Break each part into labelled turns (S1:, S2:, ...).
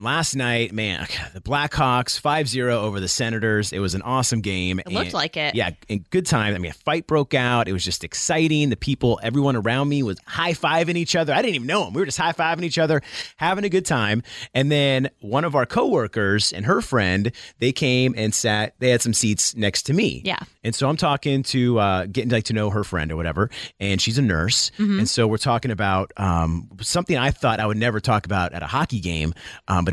S1: Last night, man, the Blackhawks 5 0 over the Senators. It was an awesome game. It
S2: looked like it.
S1: Yeah, and good time. I mean, a fight broke out. It was just exciting. The people, everyone around me was high fiving each other. I didn't even know them. We were just high fiving each other, having a good time. And then one of our coworkers and her friend, they came and sat, they had some seats next to me.
S2: Yeah.
S1: And so I'm talking to uh, getting like to know her friend or whatever, and she's a nurse,
S2: Mm-hmm.
S1: and so we're talking about um, something I thought I would never talk about at a hockey game, um, but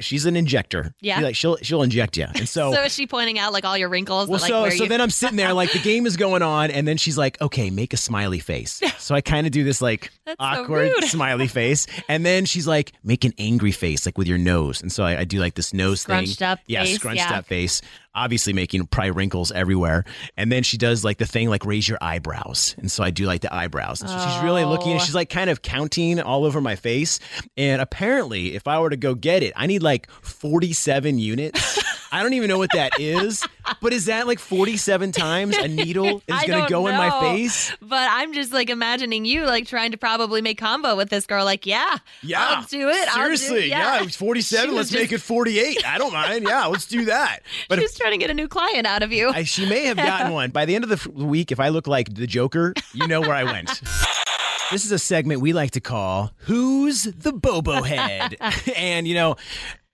S1: she's an injector.
S2: Yeah.
S1: She, like she'll she'll inject you, and so.
S2: so is she pointing out like all your wrinkles?
S1: well,
S2: but, like,
S1: so
S2: where
S1: so
S2: you-
S1: then I'm sitting there like the game is going on, and then she's like, "Okay, make a smiley face." So I kind of do this like
S2: That's so
S1: awkward
S2: rude.
S1: smiley face, and then she's like, "Make an angry face, like with your nose." And so I, I do like this nose
S2: Scrunched
S1: thing,
S2: up
S1: yeah,
S2: face,
S1: scrunched
S2: yeah.
S1: up face, obviously making probably wrinkles everywhere. And then she does like the thing like raise your eyebrows, and so I do like the eyebrows. And so she's really looking, and
S2: Oh.
S1: she's like kind of counting all over my face. And apparently, if I were to go get it, I need like 47 units. I don't even know what that is, but is that like 47 times a needle is
S2: I
S1: going to
S2: don't
S1: go in my
S2: know,
S1: face?
S2: But I'm just like imagining you like trying to probably make combo with this girl. Like, yeah,
S1: Yeah.
S2: I'll do it. I'll do-
S1: Seriously.
S2: yeah.
S1: yeah. it's 47.
S2: She
S1: Let's
S2: was
S1: make it 48. I don't mind. Yeah. Let's do that. But if,
S2: She's trying to get a new client out of you.
S1: I, she may have gotten one. By the end of the f- week, if I look like the Joker, you know where I went. This is a segment we like to call Who's the Bobo Head? and, you know,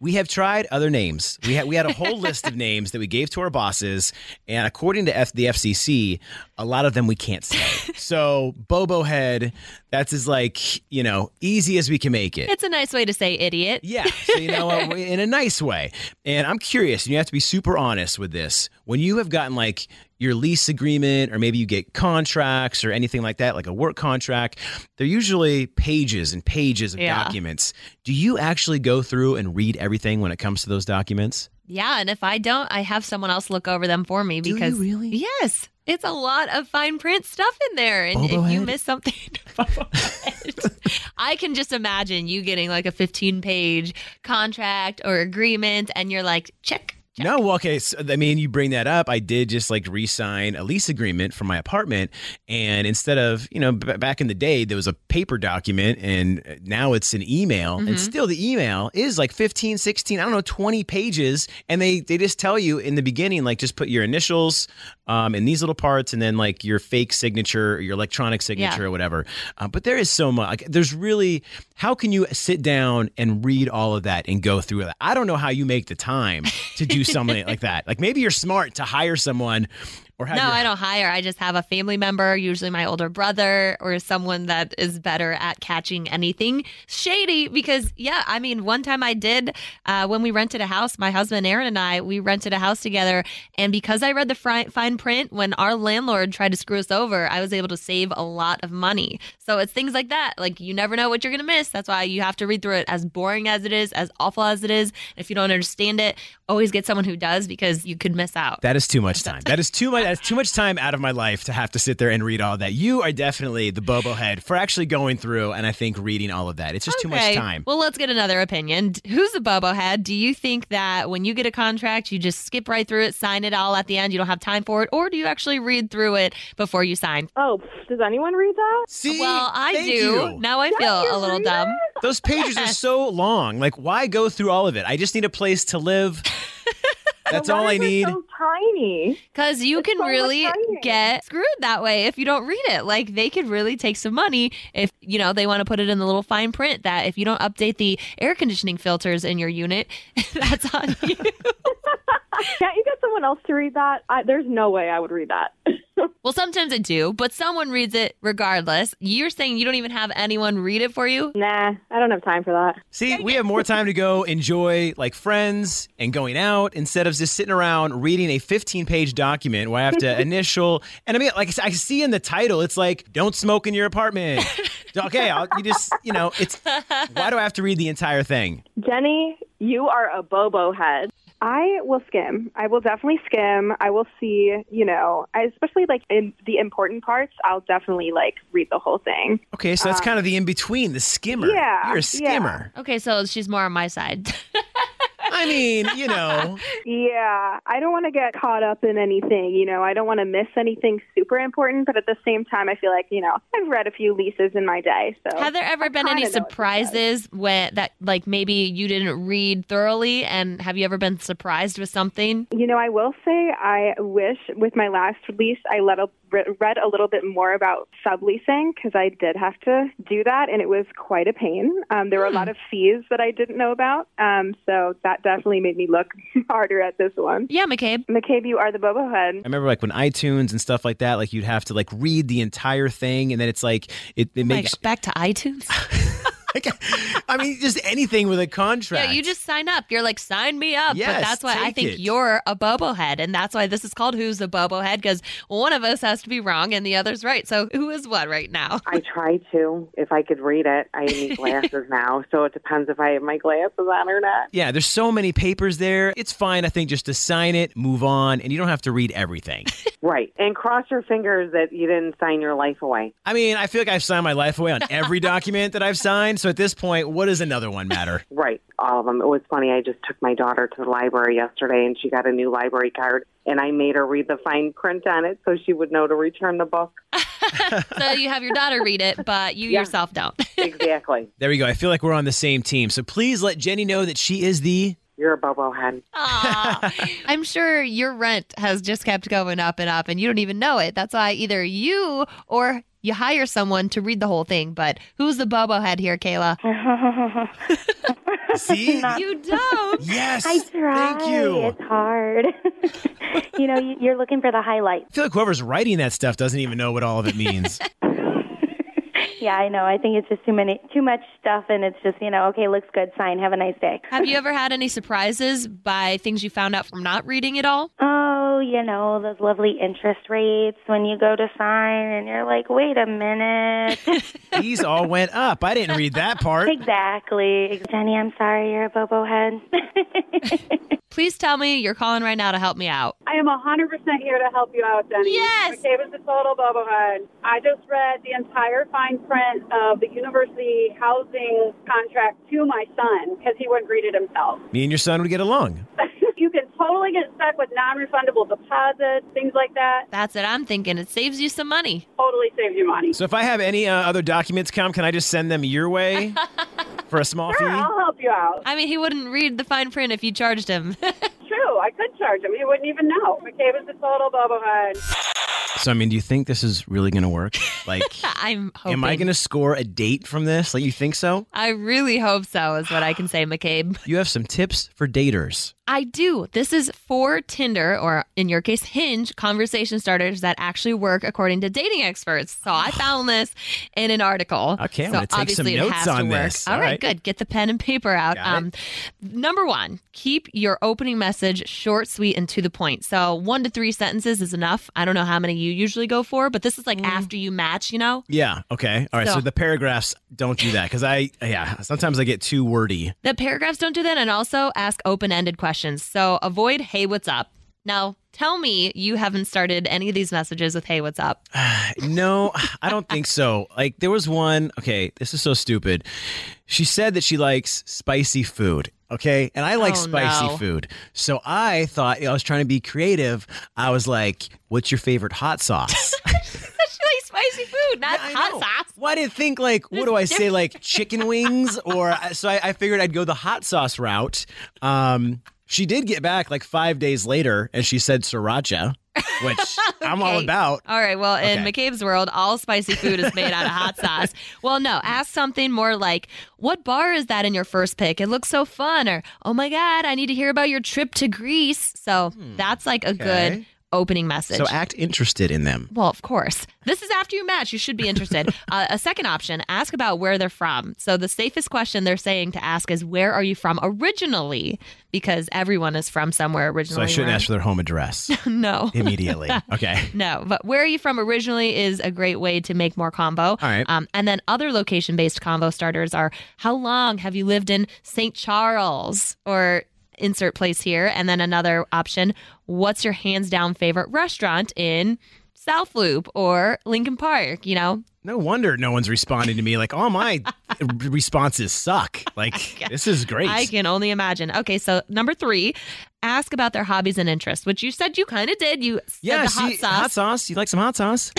S1: we have tried other names. We had we had a whole list of names that we gave to our bosses, and according to F- the FCC, a lot of them we can't say. So Bobo Head, that's as like you know easy as we can make it.
S2: it's a nice way to say idiot.
S1: Yeah. So, you know, what, in a nice way. And I'm curious, and you have to be super honest with this. When you have gotten like your lease agreement, or maybe you get contracts or anything like that, like a work contract, they're usually pages and pages of
S2: Yeah.
S1: documents. Do you actually go through and read everything when it comes to those documents?
S2: Yeah, and if I don't, I have someone else look over them for me
S1: Do you
S2: because
S1: really?
S2: Yes. It's a lot of fine print stuff in there. And
S1: Bobo
S2: if you
S1: head?
S2: miss something Bobo head. I can just imagine you getting like a 15 page contract or agreement and you're like, check. check.
S1: No, well, okay. So, I mean, you bring that up. I did just like re-sign a lease agreement for my apartment, and instead of you know b- back in the day there was a paper document, and uh, now it's an email, and still the email is like 15, 16, I don't know, twenty pages, and they they just tell you in the beginning like just put your initials um, in these little parts, and then like your fake signature, or your electronic signature, or whatever. Uh, but there is so much. Like, there's really how can you sit down and read all of that and go through that? I don't know how you make the time to do something like that. Like maybe you're smart to hire someone or have
S2: No,
S1: your-
S2: I don't hire. I just have a family member, usually my older brother or someone that is better at catching anything shady. Because, yeah, I mean, one time I did uh, when we rented a house, my husband Aaron and I, we rented a house together. And because I read the fri- fine print, when our landlord tried to screw us over, I was able to save a lot of money. So it's things like that. Like, you never know what you're going to miss. That's why you have to read through it as boring as it is, as awful as it is. If you don't understand it, always get someone who does because you could miss out.
S1: That is too much time. That is too much. That's too much time out of my life to have to sit there and read all that. You are definitely the bobo head for actually going through and I think reading all of that. It's just too much
S2: Okay.
S1: time.
S2: Well, let's get another opinion. D- Who's the bobo head? Do you think that when you get a contract, you just skip right through it, sign it all at the end, you don't have time for it, or do you actually read through it before you sign?
S3: Oh, pff, does anyone read that?
S1: See,
S2: well, I
S1: Thank
S2: do.
S1: you.
S2: Now I feel a little dumb.
S1: Those pages are so long. Like, why go through all of it? I just need a place to live. That's
S3: Well,
S1: all I
S3: letters are
S1: need.
S3: So tiny.
S2: Because you
S3: It's
S2: can
S3: so much
S2: really
S3: writing.
S2: get screwed that way if you don't read it. Like they could really take some money if you know they want to put it in the little fine print that if you don't update the air conditioning filters in your unit, that's on you.
S3: Can't you get someone else to read that? I, there's no way I would read that.
S2: well, sometimes I do, but someone reads it regardless. You're saying you don't even have anyone read it for you?
S3: nah, I don't have time for that.
S1: See, we have more time to go enjoy like friends and going out instead of just sitting around reading a 15 page document where I have to initial. And I mean, like I see in the title, it's like, don't smoke in your apartment. okay, I'll, you just, you know, it's why do I have to read the entire thing?
S3: Jenny, you are a bobo head. I will skim. I will definitely skim. I will see, you know, I, especially like in the important parts, I'll definitely like read the whole thing.
S1: Okay, so that's
S2: Uh,
S1: kind of the in between, the skimmer.
S3: yeah,
S1: You're
S3: yeah.
S1: a skimmer.
S2: Okay, so she's more on my side.
S1: I mean, you know,
S3: Yeah, I don't want to get caught up in anything, you know. I don't want to miss anything super important, but at the same time, I feel like, you know, I've read a few leases in my day, so
S2: Have there ever
S3: I
S2: been any
S3: kinda know what it says.
S2: surprises when that like maybe you didn't read thoroughly and have you ever been surprised with something?
S3: You know, I will say I wish with my last lease I let a, re- read a little bit more about subleasing because I did have to do that, and it was quite a pain. Um, there were a
S4: Hmm.
S3: lot of fees that I didn't know about, um, so that definitely made me look harder at this one.
S2: Yeah, McCabe.
S3: McCabe, you are the bobo head.
S1: I remember like when iTunes and stuff like that, like you'd have to like read the entire thing, and then it's like it, it
S2: Like,
S1: makes.
S2: back to iTunes.
S1: Like, I mean, just anything with a contract.
S2: Yeah, you just sign up. You're like, sign me up. but
S1: Yes,
S2: that's why I
S1: take
S2: think
S1: it.
S2: you're a bobo head, and that's why this is called "Who's the Bobo Head" because one of us has to be wrong and the other's right. So who is what right now?
S4: I try to. If I could read it, I need glasses now. So it depends if I have my glasses on or not.
S1: Yeah, there's so many papers there. It's fine, I think, just to sign it, move on, and you don't have to read everything.
S4: Right. And cross your fingers that you didn't sign your life away.
S1: I mean, I feel like I've signed my life away on every document that I've signed. So at this point, what does another one matter?
S4: Right. All of them. It was funny. I just took my daughter to the library yesterday and she got a new library card and I made her read the fine print on it so she would know to return the book.
S2: so you have your daughter read it, but you yourself don't.
S4: Exactly.
S1: There we go. I feel like we're on the same team. So please let Jenny know that she is the.
S4: You're a bobo head.
S2: Aw. I'm sure your rent has just kept going up and up, and you don't even know it. That's why either you or you hire someone to read the whole thing. But who's the bobo head here, Kayla?
S1: See?
S2: you don't.
S1: yes.
S5: I try.
S1: Thank you.
S5: It's hard. you know, you- you're looking for the highlight.
S1: I feel like whoever's writing that stuff doesn't even know what all of it means.
S5: Yeah, I know. I think it's just too many, too much stuff, and it's just you know, okay, looks good. Sign. Have a nice day.
S2: Have you ever had any surprises by things you found out from not reading it all?
S5: Oh, you know those lovely interest rates when you go to sign, and you're like, wait a minute.
S1: These all went up. I didn't read that part.
S5: exactly, Jenny. I'm sorry, you're a bobo head.
S2: Please tell me you're calling right now to help me out.
S6: I am 100% here to help you out, Jenny.
S2: Yes!
S6: McCabe is a total bobblehead. I just read the entire fine print of the university housing contract to my son because he wouldn't read it himself.
S1: Me and your son would get along.
S6: you can totally get stuck with non-refundable deposits, things like that.
S2: That's what I'm thinking. It saves you some money.
S6: Totally saves you money.
S1: So if I have any uh, other documents come, can I just send them your way for a small
S6: Sure,
S1: fee?
S6: I'll help you out.
S2: I mean, he wouldn't read the fine print if you charged him.
S6: True, I could charge him. He wouldn't even know. McCabe is a total bobblehead.
S1: So I mean, do you think this is really going to work? Like,
S2: I'm hoping.
S1: am I going to score a date from this? Like, you think so?
S2: I really hope so, is what I can say, McCabe.
S1: You have some tips for daters.
S2: I do. This is for Tinder, or in your case, Hinge, conversation starters that actually work according to dating experts. So I found this in an article.
S1: Okay, I'm
S2: so
S1: gonna take
S2: obviously
S1: some
S2: it
S1: notes
S2: has
S1: on
S2: to work.
S1: this.
S2: All
S1: All
S2: right,
S1: right.
S2: good. Get the pen and paper out. Um,
S1: Got it.
S2: number one, keep your opening message short, sweet, and to the point. So one to three sentences is enough. I don't know how many you usually go for, but this is
S1: Mm.
S2: like after you match, you know?
S1: Yeah. Okay. All right. So,
S2: So-
S1: the paragraphs don't do that because I yeah sometimes I get too wordy.
S2: The paragraphs don't do that. And also ask open ended questions. So avoid, hey, what's up? Now, tell me you haven't started any of these messages with, hey, what's up?
S1: No, I don't think so. Like there was one. Okay, this is so stupid. She said that she likes spicy food. Okay, and I like
S2: Oh,
S1: spicy
S2: no.
S1: food, so I thought I was trying to be creative. I was like, "What's your favorite hot sauce?"
S2: Especially spicy food, not
S1: I
S2: hot
S1: know.
S2: sauce.
S1: Well, I didn't think like, what do I say, uh, like chicken wings, or so I, I figured I'd go the hot sauce route. Um, She did get back like five days later, and she said sriracha, which I'm all
S2: Okay.
S1: about.
S2: All right. Well, in
S1: Okay.
S2: McCabe's world, all spicy food is made out of hot sauce. Well, no, ask something more like, what bar is that in your first pick? It looks so fun. Or, oh my God, I need to hear about your trip to Greece. So that's like a good
S1: Hmm, okay.
S2: opening message.
S1: So act interested in them.
S2: Well, of course. This is after you match. You should be interested. uh, a second option ask about where they're from. So, the safest question they're saying to ask is, Where are you from originally? Because everyone is from somewhere
S1: So
S2: originally.
S1: I shouldn't
S2: We're-
S1: ask for their home address
S2: No.
S1: immediately. Okay.
S2: No, but where are you from originally is a great way to make more combo. All
S1: right.
S2: Um, and then other location based combo starters are how long have you lived in St. Charles or insert place here? And then another option, what's your hands down favorite restaurant in South Loop or Lincoln Park? You know,
S1: No wonder no one's responding to me. Like all my r- responses suck. Like this is great.
S2: I can only imagine. Okay, so number three, ask about their hobbies and interests, which you said you kind of did. You said
S1: yeah,
S2: the hot
S1: see,
S2: sauce.
S1: hot sauce. You like some hot sauce?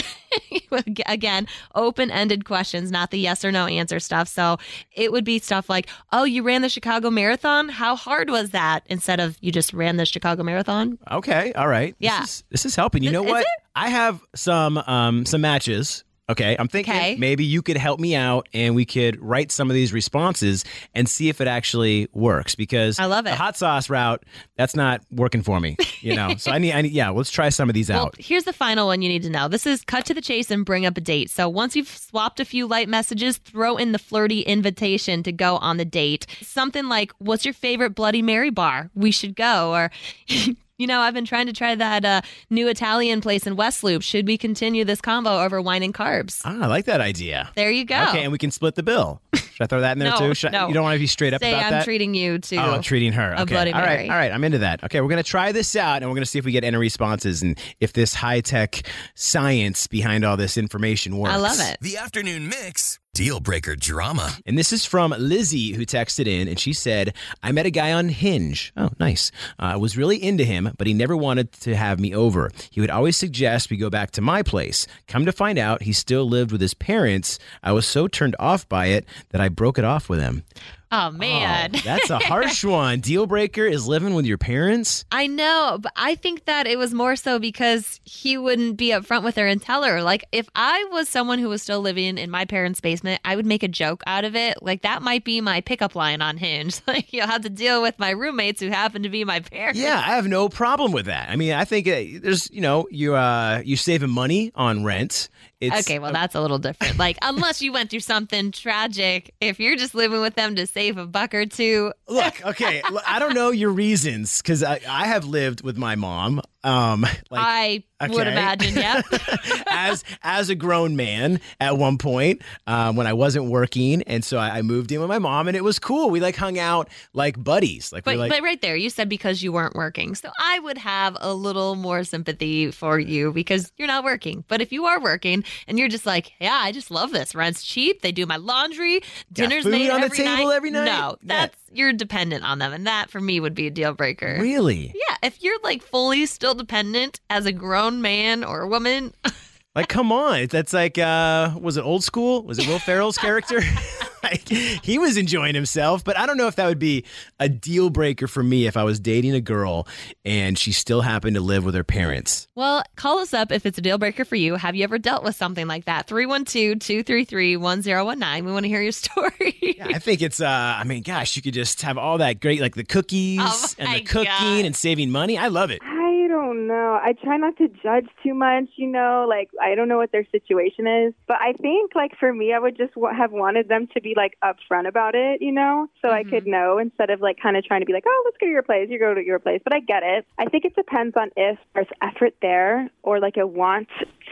S2: again open-ended questions not the yes or no answer stuff so it would be stuff like oh you ran the chicago marathon how hard was that instead of you just ran the chicago marathon
S1: Okay, all right.
S2: Yeah.
S1: this is, this is helping. You know
S2: Is
S1: what?
S2: it?
S1: I have some um some matches. Okay, I'm thinking
S2: Okay.
S1: maybe you could help me out and we could write some of these responses and see if it actually works because
S2: I love it.
S1: the hot sauce route that's not working for me. You know, so I need I need yeah. Let's try some of these
S2: well
S1: out.
S2: here's the final one you need to know this is cut to the chase and bring up a date so once you've swapped a few light messages throw in the flirty invitation to go on the date something like what's your favorite bloody mary bar we should go or You know, I've been trying to try that uh, new Italian place in West Loop. Should we continue this combo over wine and carbs?
S1: Ah, I like that idea.
S2: There you go.
S1: Okay, and we can split the bill. Should I throw that in there
S2: No,
S1: too? Should I-
S2: no.
S1: you don't want to be straight up
S2: Say
S1: about
S2: I'm
S1: that.
S2: treating you to.
S1: Oh, treating her.
S2: a
S1: Okay.
S2: Bloody
S1: all right.
S2: Mary.
S1: All right. I'm into that. Okay. We're going to try this out and we're going to see if we get any responses and if this high tech science behind all this information works.
S2: I love it.
S7: The afternoon mix, deal breaker drama.
S1: And this is from Lizzie, who texted in, and she said, I met a guy on Hinge. Oh, nice. Uh, I was really into him, but he never wanted to have me over. He would always suggest we go back to my place. Come to find out, he still lived with his parents. I was so turned off by it that I broke it off with him.
S2: Oh man.
S1: Oh, that's a harsh one. Deal breaker is living with your parents.
S2: I know, but I think that it was more so because he wouldn't be upfront with her and tell her. Like, if I was someone who was still living in my parents' basement, I would make a joke out of it. Like, that might be my pickup line on Hinge. Like, you'll have to deal with my roommates who happen to be my parents.
S1: Yeah, I have no problem with that. I mean, I think uh, there's, you know, you uh you saving money on rent. It's
S2: okay, well, that's a little different. Like, unless you went through something tragic, if you're just living with them to save a buck or two,
S1: Look, okay, l- I don't know your reasons cuz I I have lived with my mom um like
S2: I would
S1: okay.
S2: imagine, yep.
S1: as as a grown man at one point um, when I wasn't working and so I, I moved in with my mom and it was cool. We like hung out like buddies. Like
S2: But,
S1: we like
S2: but right there, you said because you weren't working. So I would have a little more sympathy for you because you're not working. But if you are working and you're just like, yeah, I just love this. Rent's cheap. They do my laundry.
S1: Got
S2: Dinner's
S1: food
S2: made
S1: on the
S2: every
S1: table
S2: night.
S1: every night?
S2: No,
S1: Yeah.
S2: that's you're dependent on them, and that for me would be a deal breaker.
S1: really?
S2: Yeah, if you're like fully still dependent as a grown man or a woman,
S1: Like, come on. That's like, uh, was it old school? Was it Will Ferrell's character? like, he was enjoying himself, but I don't know if that would be a deal breaker for me if I was dating a girl and she still happened to live with her parents.
S2: Well, call us up if it's a deal breaker for you. Have you ever dealt with something like that? 312 233 1019. We want to hear your story.
S1: Yeah, I think it's, uh, I mean, gosh, you could just have all that great, like the cookies
S2: Oh
S1: and
S2: my
S1: the cooking
S2: God.
S1: and saving money. I love it.
S3: I don't know. I try not to judge too much, you know, like I don't know what their situation is, but I think like for me I would just w- have wanted them to be like upfront about it, you know, so I could know instead of like kind of trying to be like, "Oh, let's go to your place. You go to your place." But I get it. I think it depends on if there's effort there or like a want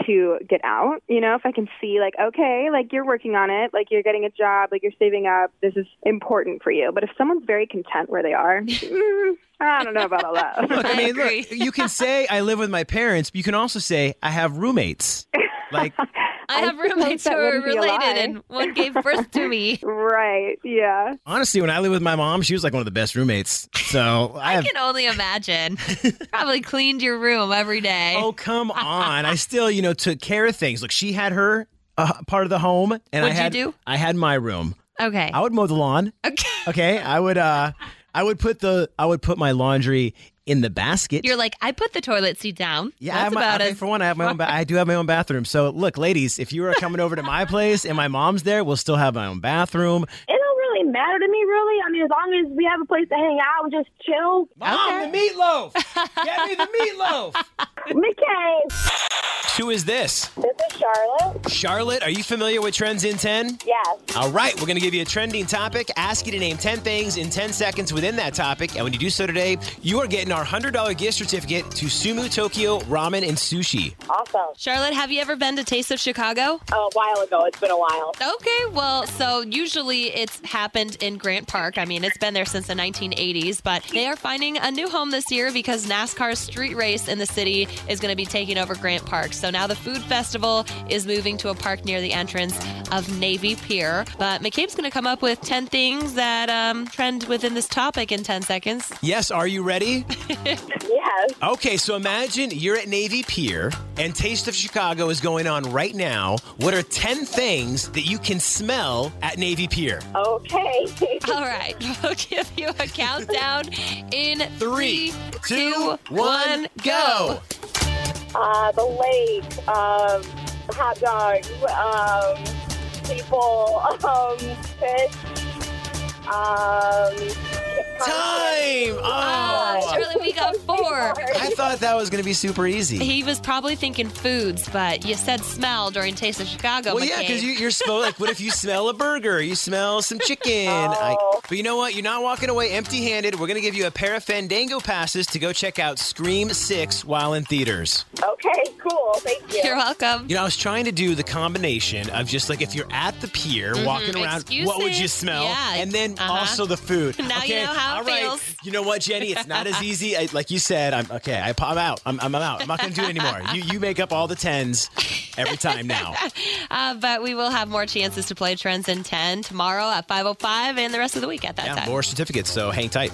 S3: to get out, you know, if I can see like, "Okay, like you're working on it, like you're getting a job, like you're saving up. This is important for you." But if someone's very content where they are, mm, I don't know about all that.
S1: Look, I
S2: I
S1: mean,
S2: agree.
S1: look, you can say I live with my parents, but you can also say I have roommates. Like,
S2: I have
S3: suppose
S2: roommates who
S3: that
S2: are
S3: wouldn't be a
S2: related,
S3: lie.
S2: and one gave birth to me.
S3: Right. Yeah.
S1: honestly, when I lived with my mom, she was like one of the best roommates. So I
S2: I
S1: have
S2: can only imagine. Probably cleaned your room every day.
S1: Oh, come on. I still, you know, took care of things. Look, she had her uh, part of the home and I
S2: What'd you
S1: had
S2: do?
S1: I had my room.
S2: okay.
S1: I would mow the lawn.
S2: okay.
S1: Okay? I would uh I would put the I would put my laundry in the basket.
S2: You're like, I put the toilet seat down.
S1: Yeah, I
S2: That's
S1: have my,
S2: about
S1: I
S2: it.
S1: mean, for one, I have my own. Ba- I do have my own bathroom. So look, ladies, if you are coming over to my place and my mom's there, we'll still have my own bathroom.
S8: It don't really matter to me, really. I mean, as long as we have a place to hang out and just chill.
S1: Mom, the meatloaf. Get me the meatloaf.
S8: McKay.
S1: Who is this?
S8: This is Charlotte.
S1: Charlotte, are you familiar with Trends in 10?
S8: Yes.
S1: All right, we're going to give you a trending topic, ask you to name 10 things in 10 seconds within that topic. And when you do so today, you are getting our $100 gift certificate to Sumu Tokyo Ramen and Sushi.
S8: Awesome.
S2: Charlotte, have you ever been to Taste of Chicago?
S8: A while ago. It's been a while.
S2: Okay, well, so usually it's happened in Grant Park. I mean, it's been there since the 1980s, but they are finding a new home this year because NASCAR's street race in the city is going to be taking over Grant Park. So now the food festival is moving to a park near the entrance of Navy Pier. But McCabe's going to come up with 10 things that um, trend within this topic in 10 seconds.
S1: Yes, are you ready?
S8: Yes.
S1: Okay, so imagine you're at Navy Pier and Taste of Chicago is going on right now. What are 10 things that you can smell at Navy Pier?
S8: Okay.
S2: All right, we'll give you a countdown in
S1: Three,
S2: three,
S1: two,
S2: two, one, go.
S8: Uh, the lake, um, hot dogs, um, people, um, fish, um,
S1: Time!
S2: Oh,
S1: Oh!
S2: Shirley, we got four.
S1: I thought that was going to be super easy.
S2: He was probably thinking foods, but you said smell during Taste of Chicago.
S1: Well, yeah,
S2: McCabe.
S1: because you, you're spo- like, what if you smell a burger? You smell some chicken. I- but you know what? You're not walking away empty-handed. We're gonna give you a pair of Fandango passes to go check out Scream Six while in theaters.
S8: Okay, cool. Thank you.
S2: You're welcome.
S1: You know, I was trying to do the combination of just like if you're at the pier
S2: Mhm.
S1: walking around, what would you
S2: Excuses?
S1: smell?
S2: Yeah.
S1: And then
S2: Uh-huh.
S1: also the food.
S2: Now you
S1: okay,
S2: know how it
S1: all right.
S2: feels.
S1: You know what, Jenny? It's not as easy. I, like you said, I'm okay. I, I'm out. I'm, I'm out. I'm not gonna do it anymore. You you make up all the tens every time now.
S2: Uh, but we will have more chances to play Trends in 10 tomorrow at 5.05 and the rest of the week at that time.
S1: more certificates, so hang tight.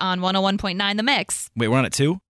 S2: on 101.9 The Mix.
S9: Wait, we're on it too?